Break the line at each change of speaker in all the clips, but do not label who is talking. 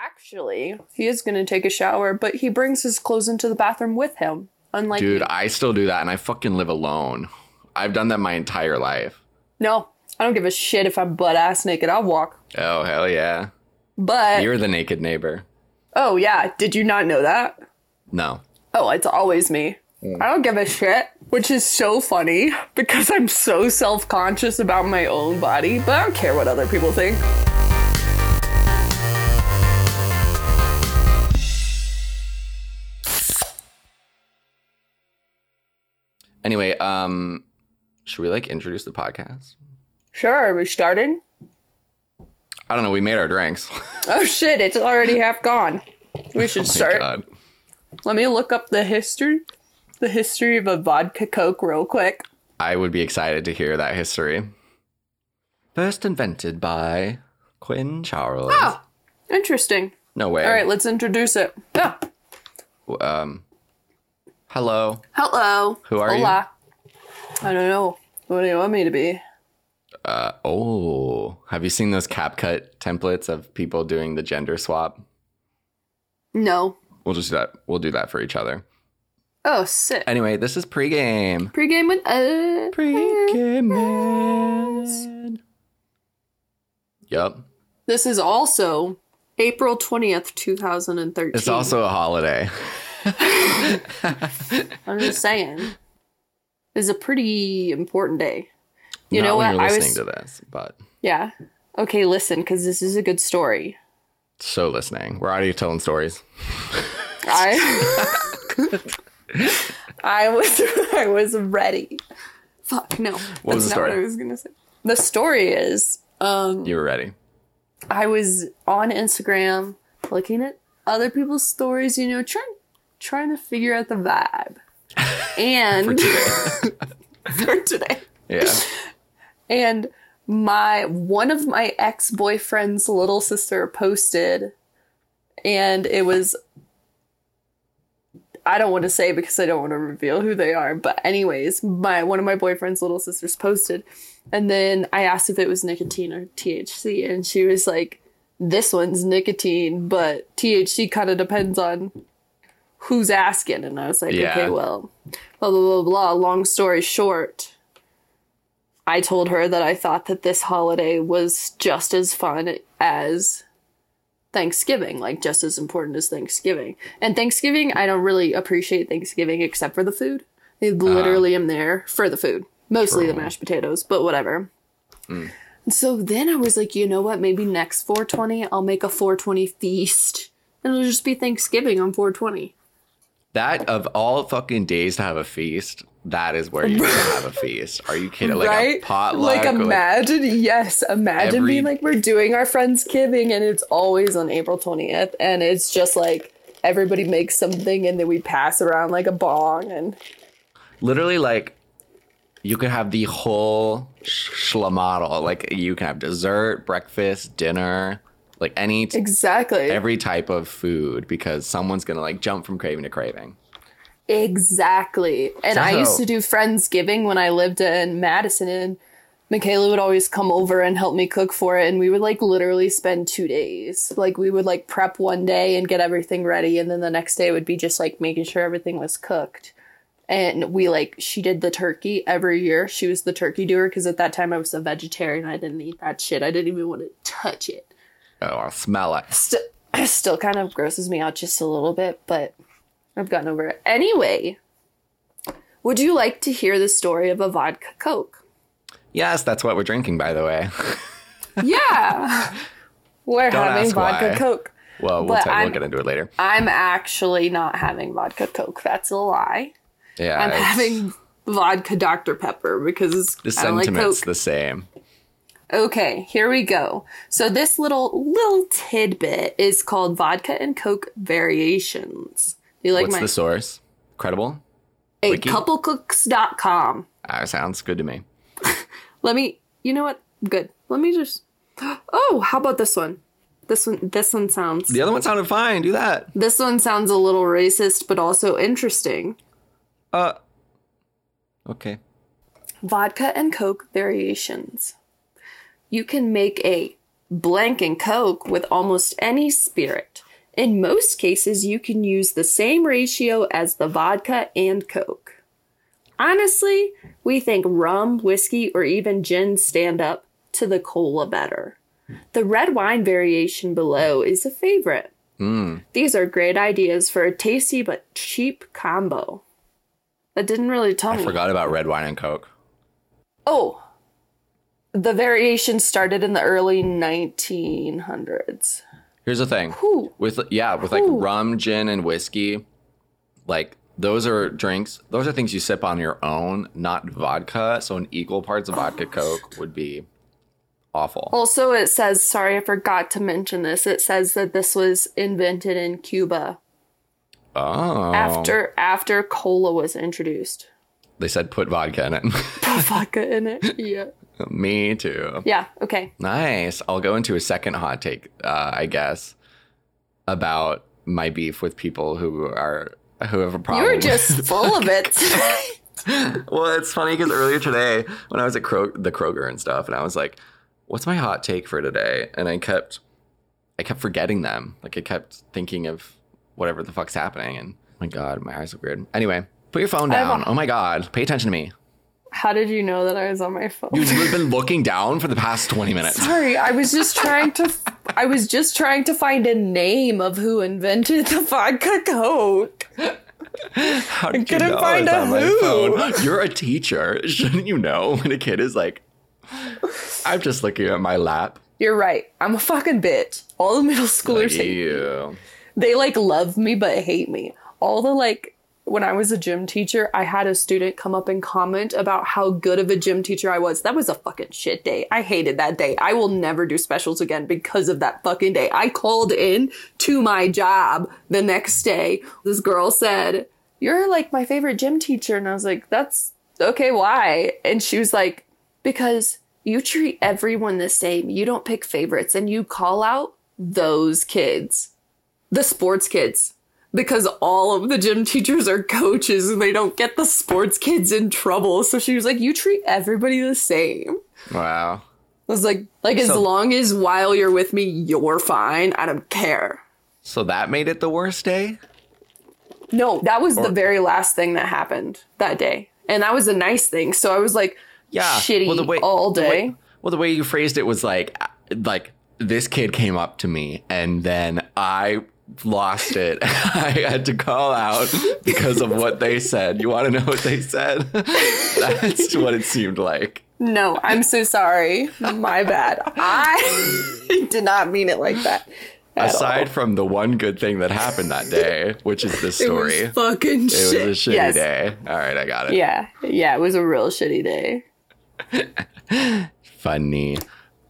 Actually, he is going to take a shower, but he brings his clothes into the bathroom with him. Unlike
Dude,
me.
I still do that and I fucking live alone. I've done that my entire life.
no, I don't give a shit if I'm butt ass naked. I'll walk.
Oh, hell yeah.
But
You're the naked neighbor.
oh yeah, did you not know that?
No.
Oh, it's always me.
Mm.
I don't give a shit, which is so funny because I'm so self conscious about my own body, but I don't care what other people think.
Anyway, um, should we like introduce the podcast?
Sure, are we started?
I don't know. We made our drinks.
Oh shit, it's already half gone. We should
Oh My
start.
God.
Let me look up the history the history of a vodka coke real quick.
I would be excited to hear that history. First invented by Quinn Charles.
Oh, interesting.
No way.
All right, let's introduce it. Oh, Yeah.
Um, hello.
Hello.
Who are you?
Hola. I don't know. What do you want me to be?
Uh, oh, have you seen those CapCut templates of people doing the gender swap?
No.
We'll just do that. We'll do that for each other.
Oh, sick.
Anyway, this is pregame.
Pre-game with uh
Pregame. man. Yup.
This is also April 20th, 2013.
It's also a holiday.
I'm just saying. It's a pretty important day. You
Not
know
when
what?
You're
I
listening
was
to this, but
Yeah. Okay, listen cuz this is a good story.
so listening. We're already telling stories.
I I was I was ready. Fuck no.
What was
That's
the
not what I
story?
was going to say. The story is um
You were ready.
I was on Instagram looking at other people's stories, you know, trying trying to figure out the vibe. And for today.
Yeah.
And my one of my ex-boyfriend's little sister posted and it was I don't want to say because I don't want to reveal who they are, but anyways, my one of my boyfriend's little sisters posted and then I asked if it was nicotine or THC and she was like this one's nicotine, but THC kind of depends on who's asking and I was like,
Yeah.
"Okay, well, blah blah blah blah, long story short, I told her that I thought that this holiday was just as fun as Thanksgiving, like just as important as Thanksgiving. And Thanksgiving, I don't really appreciate Thanksgiving except for the food. I literally am there for the food, mostly the mashed potatoes, but whatever. And so then I was like, you know what? Maybe next 420, I'll make a 420 feast. And it'll just be Thanksgiving on 420.
That of all fucking days to have a feast, that is where you should have a feast. Are you kidding? Like a potluck.
Like
or,
imagine, yes, imagine
every-
being like we're doing our friends giving and it's always on April 20th and it's just like everybody makes something and then we pass around like a bong and
literally, like you could have the whole sh- schlamaddle. Like you can have dessert, breakfast, dinner, like any t-
exactly.
every type of food because someone's gonna like jump from craving to craving.
Exactly. And I
So-
used to do Friendsgiving when I lived in Madison and Michaela would always come over and help me cook for it and we would like literally spend two days. Like we would like prep one day and get everything ready and then the next day would be just like making sure everything was cooked. And we like she did the turkey every year. She was the turkey doer because at that time I was a vegetarian. I didn't eat that shit. I didn't even want to touch it
Oh, I'll smell it.
still, still kind of grosses me out just a little bit, but I've gotten over it. Anyway, would you like to hear the story of a vodka coke?
Yes, that's what we're drinking, by the way.
Yeah. We're
Don't
having
ask
vodka
why.
coke.
well, we'll,
But
tell, we'll
I'm-
get into it later.
I'm actually not having vodka coke. That's a lie.
Yeah,
I'm
it's-
having vodka Dr. Pepper because
the
I don't like
sentiment's
coke.
the same.
Okay, here we go. So this little little tidbit is called vodka and coke variations. You like
What's
my
the source? Credible?
a
wiki?
couplecooks.com.
Ah, sounds good to me.
Let me. You know what? Good. Let me just. Oh, how about this one? This one. This one sounds.
The other one sounded fine. Do that.
This one sounds a little racist, but also interesting.
Uh. Okay.
Vodka and Coke variations. You can make a blank and coke with almost any spirit. In most cases, you can use the same ratio as the vodka and coke. Honestly, we think rum, whiskey, or even gin stand up to the cola better. The red wine variation below is a favorite.
Hmm.
These are great ideas for a tasty but cheap combo. That didn't really tell
I
me.
forgot about red wine and coke.
Oh, the variation started in the early 1900s.
Here's the thing.
Whew.
With yeah, with like
Whew.
rum, gin, and whiskey, like those are drinks. Those are things you sip on your own, not vodka. So an equal parts of vodka coke would be awful.
Also, it says, sorry, I forgot to mention this. It says that this was invented in Cuba
Oh.
after after cola was introduced.
they said put vodka in it.
Put vodka in it. Yeah.
Me too.
Yeah. Okay.
Nice. I'll go into a second hot take, uh, I guess, about my beef with people who are who have a
You
problem.
were
with-
just full of it.
well, it's funny because earlier today, when I was at Kro- the Kroger and stuff, and I was like, "What's my hot take for today?" and I kept, I kept forgetting them. Like I kept thinking of whatever the fuck's happening, and oh my god, my eyes look weird. Anyway, put your phone
I have
down.
a-
oh my god, pay attention to me.
How did you know that I was on my phone?
You've been looking down for the past twenty minutes.
Sorry, I was just trying to. I was just trying to find a name of who invented the vodka coke.
How did you
couldn't
know I
find
was
a
on my
who.
phone? You're a teacher. Shouldn't you know when a kid is like, I'm just looking at my lap.
You're right. I'm a fucking bitch. All the middle schoolers hate
Ew.
they like love me but hate me. All the like when I was a gym teacher, I had a student come up and comment about how good of a gym teacher I was. That was a fucking shit day. I hated that day. I will never do specials again because of that fucking day. I called in to my job the next day. This girl said, "You're like my favorite gym teacher." And I was like, "That's okay, why?" And she was like, because you treat everyone the same. You don't pick favorites and you call out those kids, the sports kids, because all of the gym teachers are coaches and they don't get the sports kids in trouble. So she was like, you treat everybody the same. I
Wow.
was like, like as
So-
long as while you're with me, you're fine. I don't care.
So that made it the worst day?
No, that was the very last thing that happened that day. And that was a nice thing. So I was like,
Yeah.
shitty
Well, the way-
all
the
day.
way- well, the way you phrased it was like, uh, like this kid came up to me and then I lost it. I had to call out because of what they said. You want to know what they said? That's what it seemed like.
No, I'm so sorry. My bad. I did not mean it like that. at
aside from the one good thing that happened that day, which is this
all.
story,
it was fucking
it was
shit.
a shitty
Yes.
day. All right, I got it.
Yeah, yeah, it was a real shitty day.
Funny.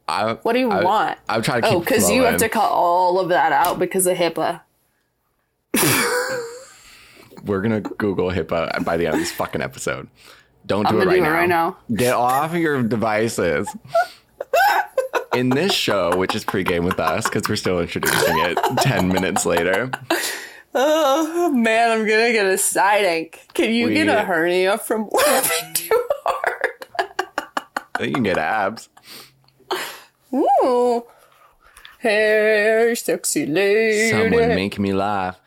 I,
What do you
I-
want?
I'm trying to keep
Oh, because you have to
flowing.
cut all of that out because of HIPAA.
We're gonna Google HIPAA by the end of this fucking episode. Don't do
I'm
it
gonna
right
do it
now.
right now.
Get off your devices. In this show, which is pregame with us, because we're still introducing it ten minutes later.
Oh man, I'm gonna get a side ache. Can you get
We-
a hernia from laughing too hard?
You can get abs.
Ooh. Hey, sexy lady.
Someone make me laugh.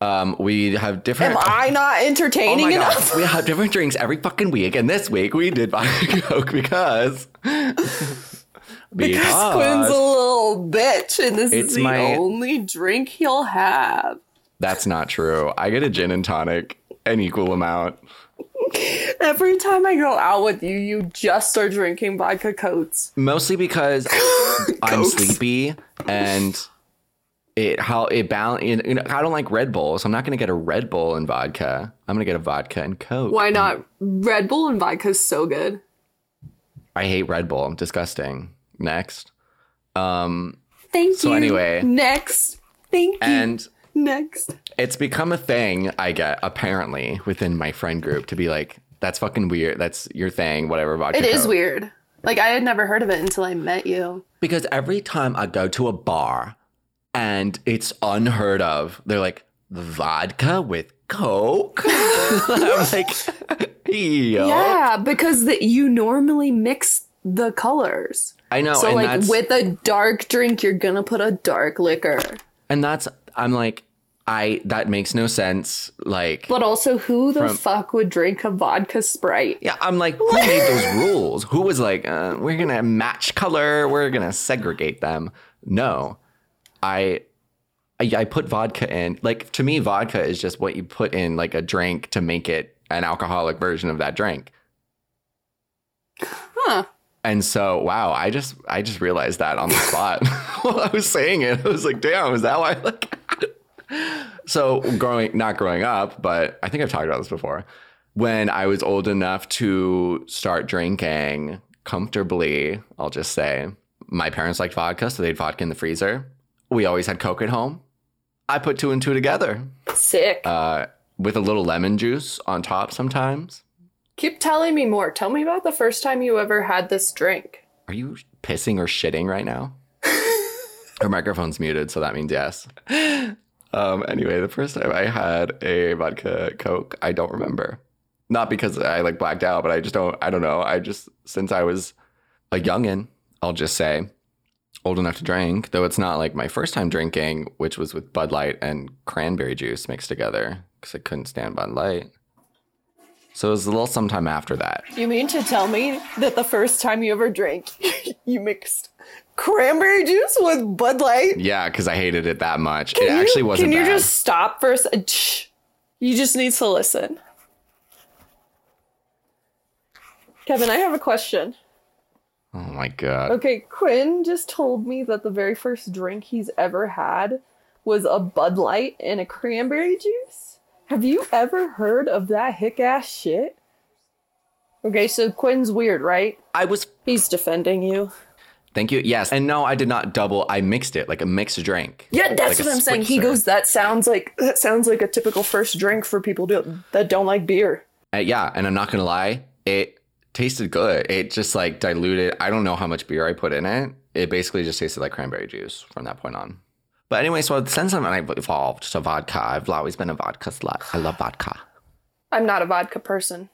Um, we have different.
Am I not entertaining
Oh my
enough?
God. We have different drinks every fucking week, and this week we did vodka coke because
Because Quinn's a little bitch, and this
It's
is the
my-
only drink he'll have.
that's not true. I get a gin and tonic, an equal amount.
Every time I go out with you, you just are drinking vodka coats.
mostly because I'm
Cokes.
sleepy and it how it balance. You know, I don't like Red Bull, so I'm not gonna get a Red Bull and vodka. I'm gonna get a vodka and coke.
Why not? Red Bull and vodka's so good.
I hate Red Bull. Disgusting. Next, um,
Thank
So
you.
anyway.
next. Thank
and.
you. Next.
it's become a thing I get apparently within my friend group to be like, that's fucking weird. That's your thing, whatever. Vodka
It is
Coke."
weird. Like I had never heard of it until I met you.
because every time I go to a bar and it's unheard of, they're like vodka with coke. I'm like, yo,
Yeah, because that you normally mix the colors.
I know.
So
and
like
that's,
with a dark drink, you're gonna put a dark liquor.
and that's I'm like I that makes no sense. Like
But also, who the
From-
fuck would drink a vodka Sprite?
yeah, I'm like who made those rules? Who was like uh, we're gonna match color? We're gonna segregate them? No, I. I, I put vodka in. Like to me, vodka is just what you put in like a drink to make it an alcoholic version of that drink.
Huh?
And so, wow, I just I just realized that on the spot while I was saying it. I was like, damn, is that why? Like, so growing not growing up, but I think I've talked about this before. When I was old enough to start drinking comfortably, I'll just say my parents liked vodka, so they had vodka in the freezer. We always had Coke at home. I put two and two together
Sick.
uh, with a little lemon juice on top sometimes.
Keep telling me more. Tell me about the first time you ever had this drink.
Are you pissing or shitting right now? Her microphone's muted, so that means yes. Um, anyway, the first time I had a vodka coke, I don't remember. Not because I like blacked out, but I just don't. I don't know. I just since I was a youngin, I'll just say, old enough to drink. Though it's not like my first time drinking, which was with Bud Light and cranberry juice mixed together because I couldn't stand Bud Light. So it was a little sometime after that.
You mean to tell me that the first time you ever drank, you mixed cranberry juice with Bud Light?
Yeah, because I hated it that much. it
Can you-
actually wasn't.
Can you
bad.
just stop for a se- Shh. You just need to listen. Kevin, I have a question.
Oh my god.
Okay, Quinn just told me that the very first drink he's ever had was a Bud Light and a cranberry juice. Have you ever heard of that hick ass shit? Okay, so Quinn's weird, right?
I was.
He's defending you.
Thank you. Yes, and no, I did not double. I mixed it like a mixed drink.
Yeah, that's
Like a
what I'm saying. He
switzer.
goes, that sounds like that sounds like a typical first drink for people do, that don't like beer.
Uh, yeah, and I'm not gonna lie, it tasted good. It just like diluted. I don't know how much beer I put in it. It basically just tasted like cranberry juice from that point on. But anyway, so since then I've evolved to vodka. I've always been a vodka slut. I love vodka.
I'm not a vodka person.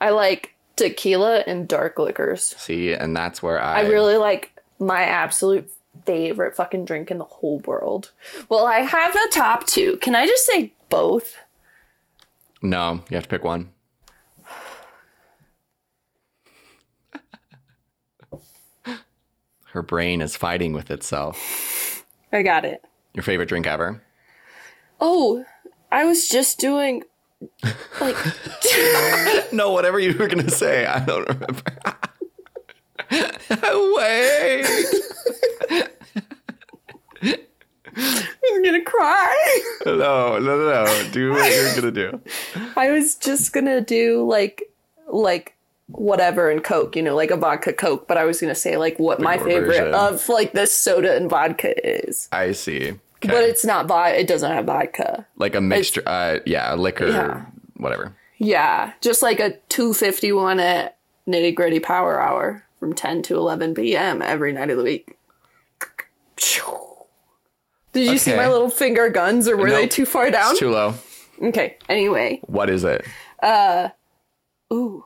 I like tequila and dark liquors.
See, and that's where I,
I really like my absolute favorite fucking drink in the whole world. Well, I have a top two. Can I just say both?
no. You have to pick one. Her brain is fighting with itself.
I got it.
Your favorite drink ever?
Oh, I was just doing like
No, whatever you were gonna say, I don't remember. Oh, Wait.
I'm gonna cry.
No, no, no, no. Do what you're gonna do.
I was just gonna do like like whatever and Coke, you know, like a vodka Coke, but I was gonna say like what my
your
favorite
version.
of like this soda and vodka is.
I see. 'Kay.
But it's not vodka. It doesn't have vodka.
like a mixture. Uh, yeah, a liquor,
Yeah.
whatever.
Yeah, just like a 251 at Nitty Gritty Power Hour from 10 to 11 p.m. every night of the week. Did you see
Okay.
my little finger guns or were they
Nope.
too far down?
It's too low.
okay, anyway.
What is it?
Ooh.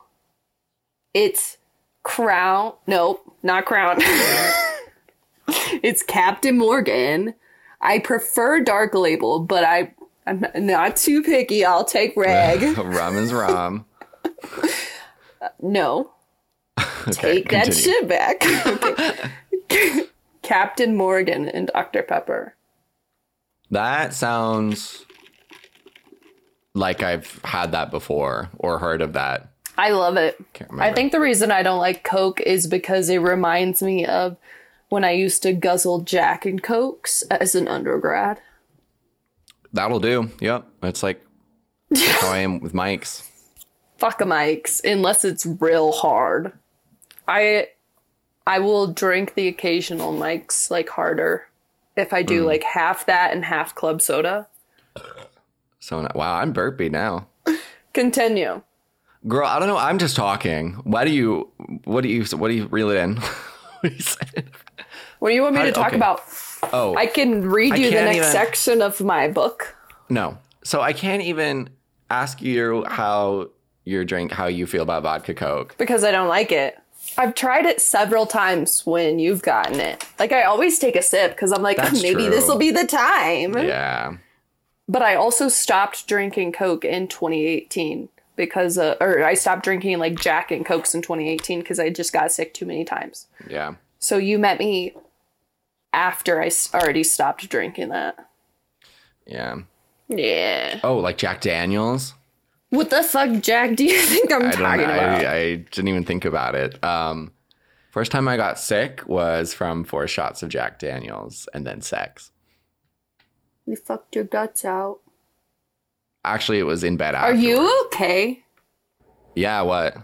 It's Crown. Nope, not Crown. it's Captain Morgan. I prefer Dark Label, but I, I'm not too picky. I'll take Rag.
rum is rum.
no,
Okay,
take that
continue.
shit back. Okay. Captain Morgan and Dr. Pepper.
That sounds like I've had that before or heard of that.
I love it.
Can't
I
remember.
think the reason I don't like Coke is because it reminds me of when I used to guzzle Jack and Cokes as an undergrad.
that'll do. Yep, it's like how I am with Mike's.
Fuck a Mike's unless it's real hard. I I will drink the occasional Mike's like harder if I
Mm.
do like half that and half club soda.
So no- wow, I'm burpy now.
Continue.
Girl, I don't know. I'm just talking. Why do you? What do you? What do you reel it in? What do you say?
What do you want me
How-
to talk
okay.
about?
oh
I can read you the
can't
next
even-
section of my book.
no. So I can't even ask you how your drink, how you feel about vodka Coke.
because I don't like it. I've tried it several times when you've gotten it. Like I always take a sip because I'm like,
That's
maybe
true.
this will be the time.
Yeah.
But I also stopped drinking Coke in 2018 because, uh, or I stopped drinking like Jack and Cokes in 2018 because I just got sick too many times.
Yeah.
So you met me after I s- already stopped drinking that.
Yeah.
Yeah.
Oh, like Jack Daniels?
What the fuck, Jack? Do you think I'm
I don't
talking about?
I, I didn't even think about it. Um first time I got sick was from four shots of Jack Daniels and then sex.
You fucked your guts out.
Actually, it was in bed
Are
afterwards.
you okay?
Yeah, what?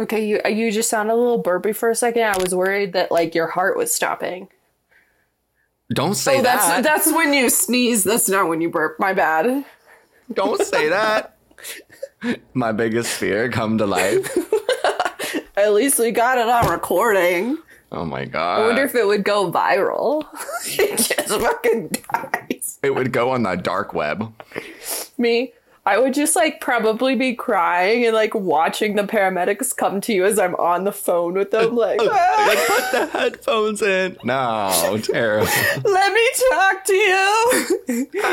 Okay, you you just sounded a little burpy for a second. I was worried that like your heart was stopping.
Don't say
oh, that's
that.
that's when you sneeze. That's not when you burp. My bad.
Don't say that. My biggest fear come to life.
At least we got it on recording.
Oh my god.
I wonder if it would go viral. it just fucking dies.
it would go on the dark web.
Me, I would just like probably be crying and like watching the paramedics come to you as I'm on the phone with them. Like, "Ah,
Like put the headphones in. No, terrible.
let me talk to you.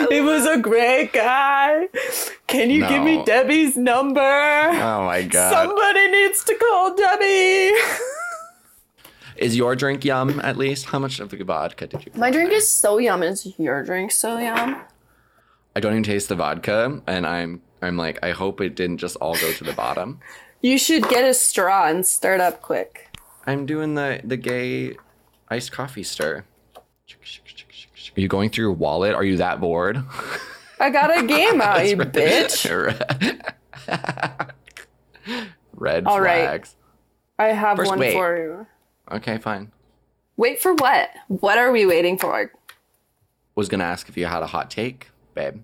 it was a great guy. Can you give me
No.
Debbie's number?
Oh my god.
Somebody needs to call Debbie.
Is your drink yum at least? How much of the vodka did you?
My drink is so yum. Is your drink so yum?
I don't even taste the vodka, and I'm I'm like I hope it didn't just all go to the bottom.
You should get a straw and stir it up quick.
I'm doing the the gay iced coffee stir. Are you going through your wallet? Are you that bored?
I got a game out, you bitch.
Red
All right.
flags.
I have
First,
one
wait.
for you.
Okay, fine.
Wait for what? What are we waiting for?
Was gonna ask if you had a hot take, babe.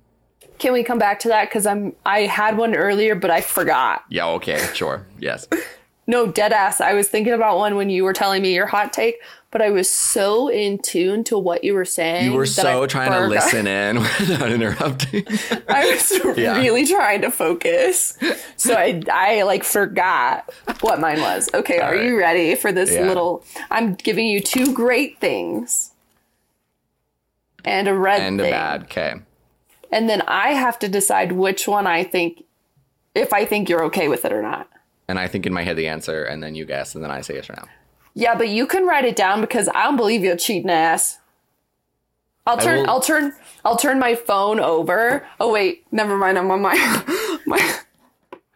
Can we come back to that? Because I'm I had one earlier, but I forgot.
Yeah. Okay. Sure. Yes.
No, dead ass. I was thinking about one when you were telling me your hot take, but I was so in tune to what you were saying.
You were
that
so
I
trying to
forgot.
listen in without interrupting.
I was
Yeah.
really trying to focus. So I, I like forgot what mine was. Okay, are you ready for this
Yeah.
little? I'm giving you two great things and a red
and a
thing.
bad. Okay.
And then I have to decide which one I think, if I think you're okay with it or not.
and I think in my head the answer, and then you guess, and then I say yes or no.
Yeah, but you can write it down because I don't believe you, cheating ass. I'll turn.
will-
I'll turn. I'll turn my phone over. Oh wait, never mind. I'm on my my.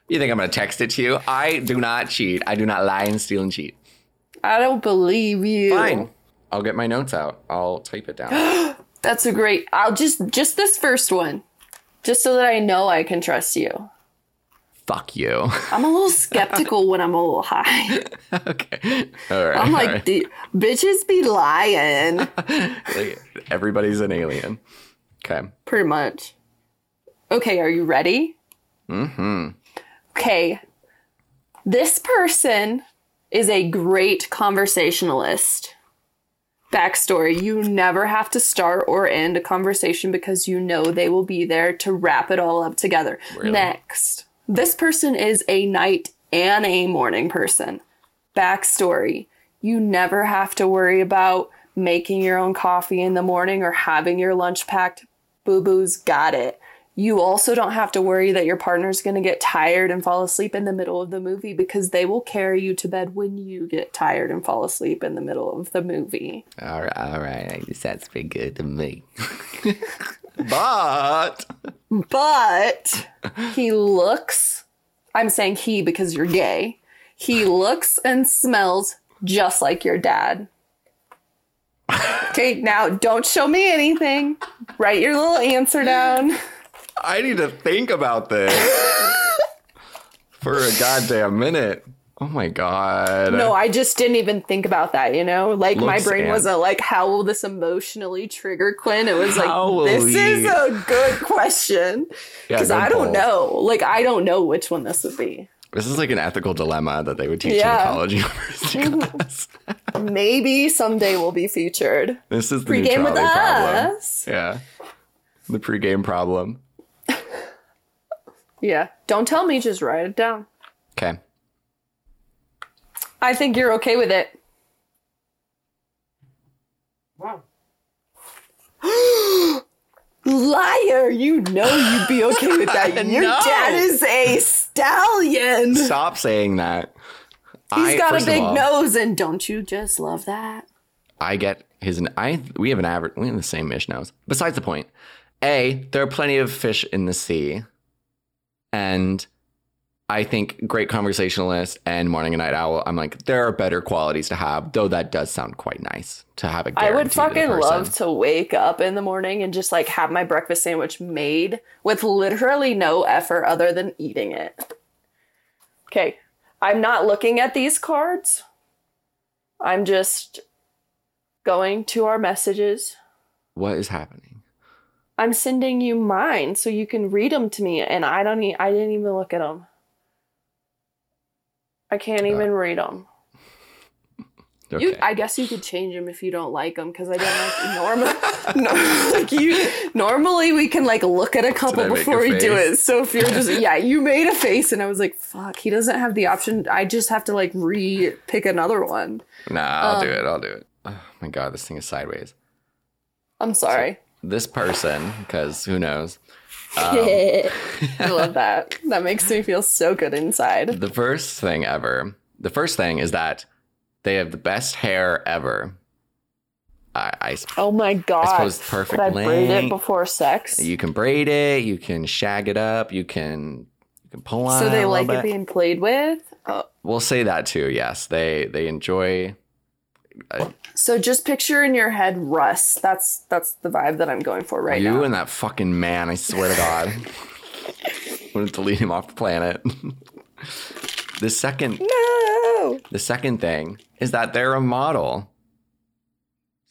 You think I'm gonna text it to you? I do not cheat. I do not lie and steal and cheat.
I don't believe you.
Fine. I'll get my notes out. I'll type it down.
That's a great. I'll just just this first one, just so that I know I can trust you.
Fuck you.
I'm a little skeptical when I'm a little high.
okay. All right.
I'm
all right.
like, the bitches be lying,
Like, everybody's an alien. Okay.
pretty much. Okay, are you ready? Mm-hmm. Okay, this person is a great conversationalist. Backstory: You never have to start or end a conversation because you know they will be there to wrap it all up together.
Really?
Next, this person is a night and a morning person. Backstory: You never have to worry about making your own coffee in the morning or having your lunch packed. Boo boo's got it. You also don't have to worry that your partner's going to get tired and fall asleep in the middle of the movie because they will carry you to bed when you get tired and fall asleep in the middle of the movie.
All right. All right. I guess that's pretty good to me. but
But he looks, I'm saying he because you're gay, he looks and smells just like your dad. Okay, now don't show me anything. Write your little answer down.
I need to think about this for a goddamn minute. Oh my god.
No, I just didn't even think about that, you know? Like, my
Looks
brain
and-
wasn't like, how will this emotionally trigger Quinn? It was
How will
like, this is
we-
a good question.
Yeah,
Because
good
I don't
poll.
know. Like, I don't know which one this would be.
This is like an ethical dilemma that they would teach
Yeah.
in college university class.
Maybe someday we'll be featured.
This is the
Pre game with
neutrality problem.
us.
Yeah. The pregame problem.
Yeah. Don't tell me, just write it down.
Okay.
I think you're okay with it.
Wow.
Liar! You know you'd be okay with that. Your
No.
dad is a stallion. He's
Stop saying that. I-
got a
first of
big
all,
nose, and don't you just love that?
I get his. I we have an average. We have the same fish nose. Besides the point. A, there are plenty of fish in the sea, and I think great conversationalist and morning and night owl. I'm like there are better qualities to have, though that does sound quite nice to have a.
I would
guarantee to the
fucking
person.
love to wake up in the morning and just like have my breakfast sandwich made with literally no effort other than eating it. Okay. I'm not looking at these cards. I'm just going to our messages.
What is happening?
I'm sending you mine so you can read them to me and I don't e- I didn't even look at them. I can't even read them. You,
Okay.
I guess you could change them if you don't like them because I don't like normal. no, like you, normally we can like look at a couple
Did I make
before
a
we do
face?
it. So if you're just yeah, you made a face, and I was like, fuck, he doesn't have the option. I just have to like re pick another one.
nah, I'll
um,
do it. I'll do it. Oh my god, this thing is sideways.
I'm sorry.
This person, because who knows. Um,
I love that. That makes me feel so good inside.
The first thing ever. The first thing is that they have the best hair ever. I, I s-
Oh my god!
suppose perfect
Could I braid it
length.
before sex?
you can braid it, you can shag it up, you can you can pull on.
so
it
they
a
like
little
it
bit.
being played with. Oh.
We'll say that too. Yes, they they enjoy.
So just picture in your head Russ. That's that's the vibe that I'm going for right
you
now.
and that fucking man, I swear to God. I'm gonna delete him off the planet. the second
no.
the second thing is that they're a model.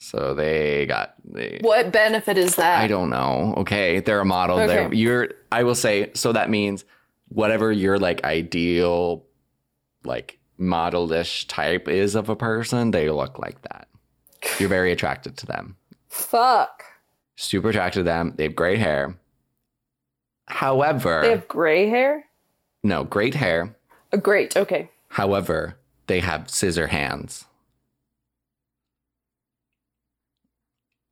So they got they
What benefit is that?
I don't know. Okay, they're a model.
Okay.
They're you're I will say so that means whatever your like ideal like modelish type is of a person, they look like that. You're very attracted to them.
Fuck.
Super attracted to them. They have great hair. However,
They have gray hair?
no, great hair.
Uh, great. Okay.
However, they have scissor hands.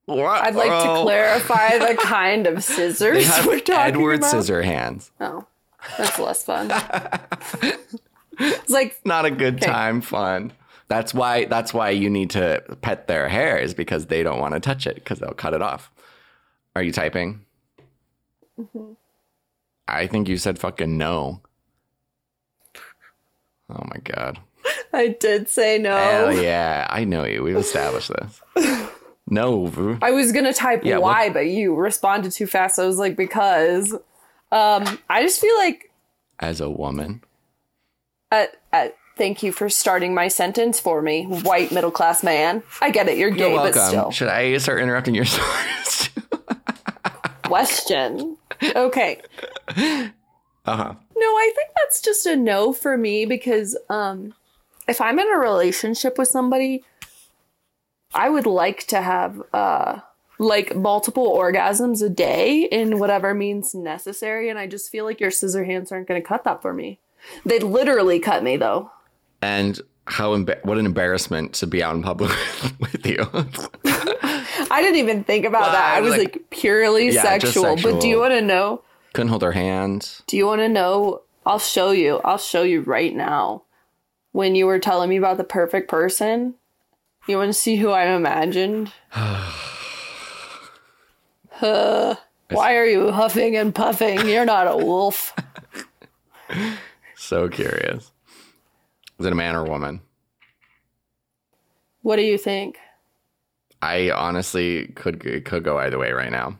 I'd like to clarify the kind of
Oh. They
scissors
have
we're talking
Edward
about.
scissor hands.
Oh, that's less fun. it's like,
not a good time fun. That's why that's why you need to pet their hair is because they don't want to touch it because they'll cut it off. Are you typing? Mm-hmm. I think you said fucking no. Oh my god.
I did say no.
Hell yeah. I know you. We've established this. No. vu.
I was gonna type
Yeah,
why, but you responded too fast. I was like, because. Um, I just feel like.
As a woman.
Uh, uh, thank you for starting my sentence for me, white middle class man. I get it, you're gay,
You're
but
welcome.
still.
Should I start interrupting your stories?
Question. Okay.
uh-huh.
No, I think that's just a no for me because um if I'm in a relationship with somebody, I would like to have uh like multiple orgasms a day in whatever means necessary and I just feel like your scissor hands aren't going to cut that for me. They'd literally cut me though.
And how emba- what an embarrassment to be out in public with you.
I didn't even think about
Well,
that.
I
I was
was
like, purely
Yeah, just
sexual. But do you
sexual.
want to know?
couldn't hold her hand.
Do you want to know? I'll show you. I'll show you right now. When you were telling me about the perfect person, you want to see who I imagined? Huh. why are you huffing and puffing? You're not a wolf.
So curious. Is it a man or woman?
What do you think?
I honestly could it could go either way right now.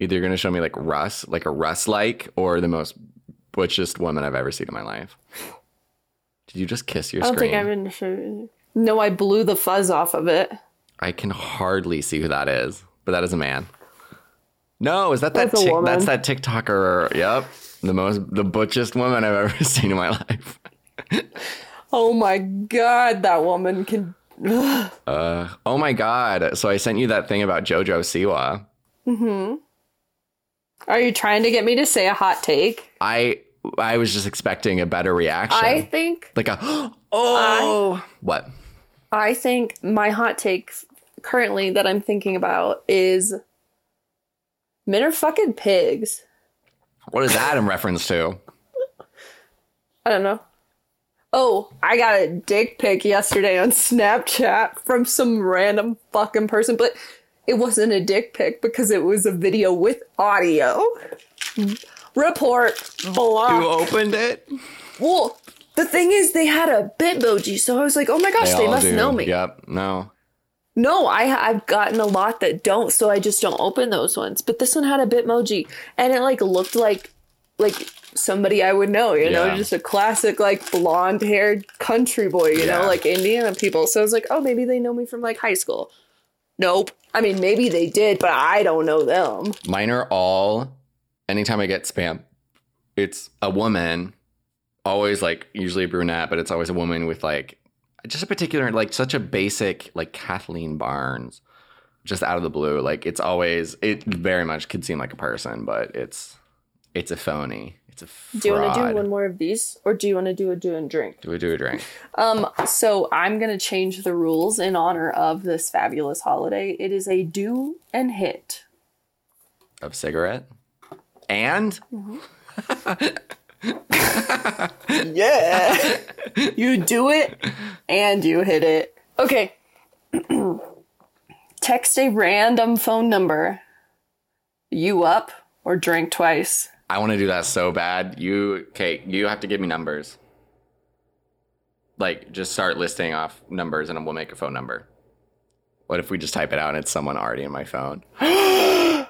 Either you're gonna show me like Russ, like a Russ like, or the most butchest woman I've ever seen in my life. Did you just kiss your
I don't
screen?
think I'm in. sure. No, I blew the fuzz off of it.
I can hardly see who that is, but that is a man. No, is that
That's a
that tic-
woman.
that's that TikToker? Yep, the most the butchest woman I've ever seen in my life.
Oh my god, that woman can. Mm-hmm.
Uh, oh my god! So I sent you that thing about JoJo Siwa.
Are you trying to get me to say a hot take?
I I was just expecting a better reaction.
I think
like a oh what?
I think my hot take f- currently that I'm thinking about is men are fucking pigs.
What is that in reference to?
I don't know. Oh, I got a dick pic yesterday on Snapchat from some random fucking person, but it wasn't a dick pic because it was a video with audio. Report
You
block.
opened it.
Well, the thing is, they had a bitmoji, so I was like, oh my gosh, they,
all
must
do.
know me.
Yep. No.
No, I I've gotten a lot that don't, so I just don't open those ones. But this one had a Bitmoji, and it like looked like like somebody I would know, you know,
Yeah.
just a classic like blonde haired country boy, you
Yeah.
know, like Indiana people. So I was like, oh, maybe they know me from like high school. Nope. I mean, maybe they did, but I don't know them.
Mine are all. Anytime I get spam, it's a woman. Always like usually a brunette, but it's always a woman with like just a particular like such a basic like Kathleen Barnes, just out of the blue. Like it's always it very much could seem like a person, but it's it's a phony. It's a fraud.
Do you want to do one more of these, or do you want to do a do and drink?
Do we do a drink?
Um, so I'm gonna change the rules in honor of this fabulous holiday. It is a do and hit.
of cigarette and
Yeah. you do it and you hit it. Okay. Text a random phone number. You up or drink twice?
i want to do that so bad you okay you have to give me numbers like just start listing off numbers and we'll make a phone number what if we just type it out and it's someone already in my phone
I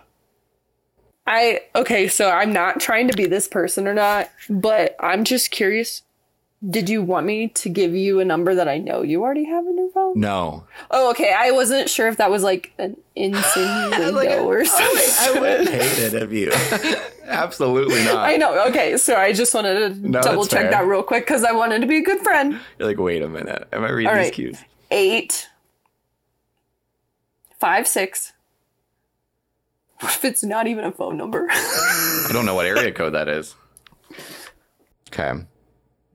okay, so I'm not trying to be this person or not, but I'm just curious. Did you want me to give you a number that I know you already have in your phone?
no
Oh, okay. I wasn't sure if that was like an insinuendo or something.
hated of you absolutely not
I know. Okay, so I just wanted to
No,
double
that's
check
fair.
that real quick because I wanted to be a good friend.
you're like wait a minute am i reading
All
these
right.
cues
Eight, five, six. What if it's not even a phone number?
i don't know what area code that is okay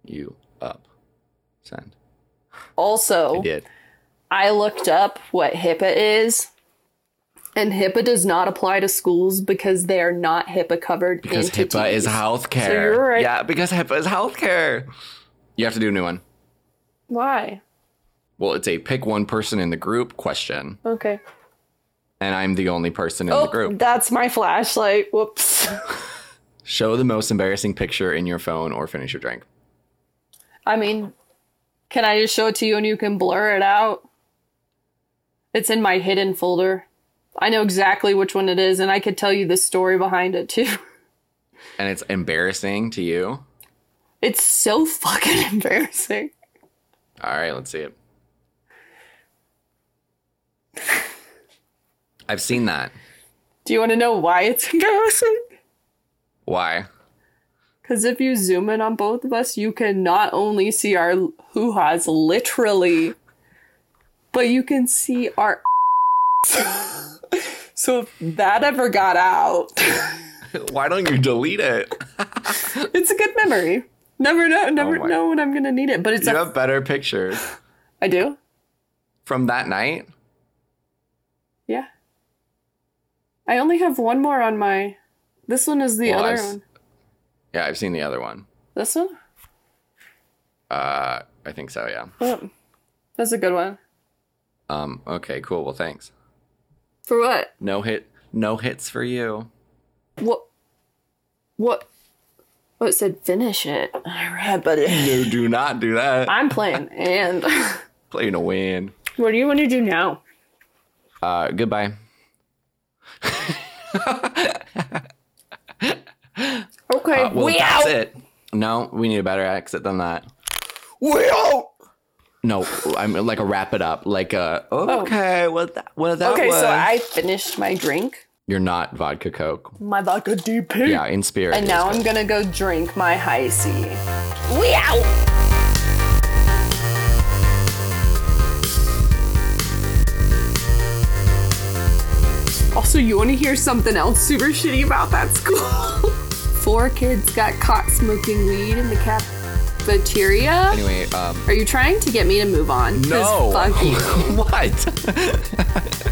you up send i
also,
did
I looked up what HIPAA is, and HIPAA does not apply to schools because they are not HIPAA covered.
Because
entities.
HIPAA is healthcare.
So you're right.
Yeah, because HIPAA is healthcare. You have to do a new one.
Why?
Well, it's a pick one person in the group question,
Okay.
and I'm the only person in the
Oh,
group.
that's my flashlight. Whoops.
Show the most embarrassing picture in your phone or finish your drink.
I mean, can I just show it to you and you can blur it out? It's in my hidden folder. I know exactly which one it is, and I could tell you the story behind it too.
And it's embarrassing to you.
It's so fucking embarrassing.
All right, let's see it. I've seen that.
Do you want to know why it's embarrassing?
Why?
Because if you zoom in on both of us, you can not only see our hoo ha's literally, but you can see our. so if that ever got out,
Why don't you delete it?
it's a good memory. Never know, never
Oh my-
know when I'm gonna need it, but it's
You
a
have better pictures
I do.
from that night.
Yeah. I only have one more on my. This one is the
Well,
other
I've s-
one.
Yeah, I've seen the other one.
This one.
Uh, I think so. Yeah.
Oh, that's a good one.
Um, okay, cool. Well, thanks.
For what?
No hit, no hits for you.
What? What? Oh, it said finish it. I read, but it-
No, do not do that.
I'm playing. And
Playing to win.
what do you want to do now?
Uh, goodbye.
Okay,
Uh, well,
we
that's
out.
it. No, we need a better exit than that.
We out.
No, I'm like a wrap it up, like a okay. Well, that, well, that
Oh. Okay,
was.
so I finished my drink,
You're not vodka coke.
my vodka DP,
Yeah, in spirit.
and
is
now
good.
I'm gonna go drink my high C. We out. Also, you want to hear something else super shitty about that school? four kids got caught smoking weed in the cafeteria.
Anyway, um,
Are you trying to get me to move on? 'Cause
no.
Fuck you.
what?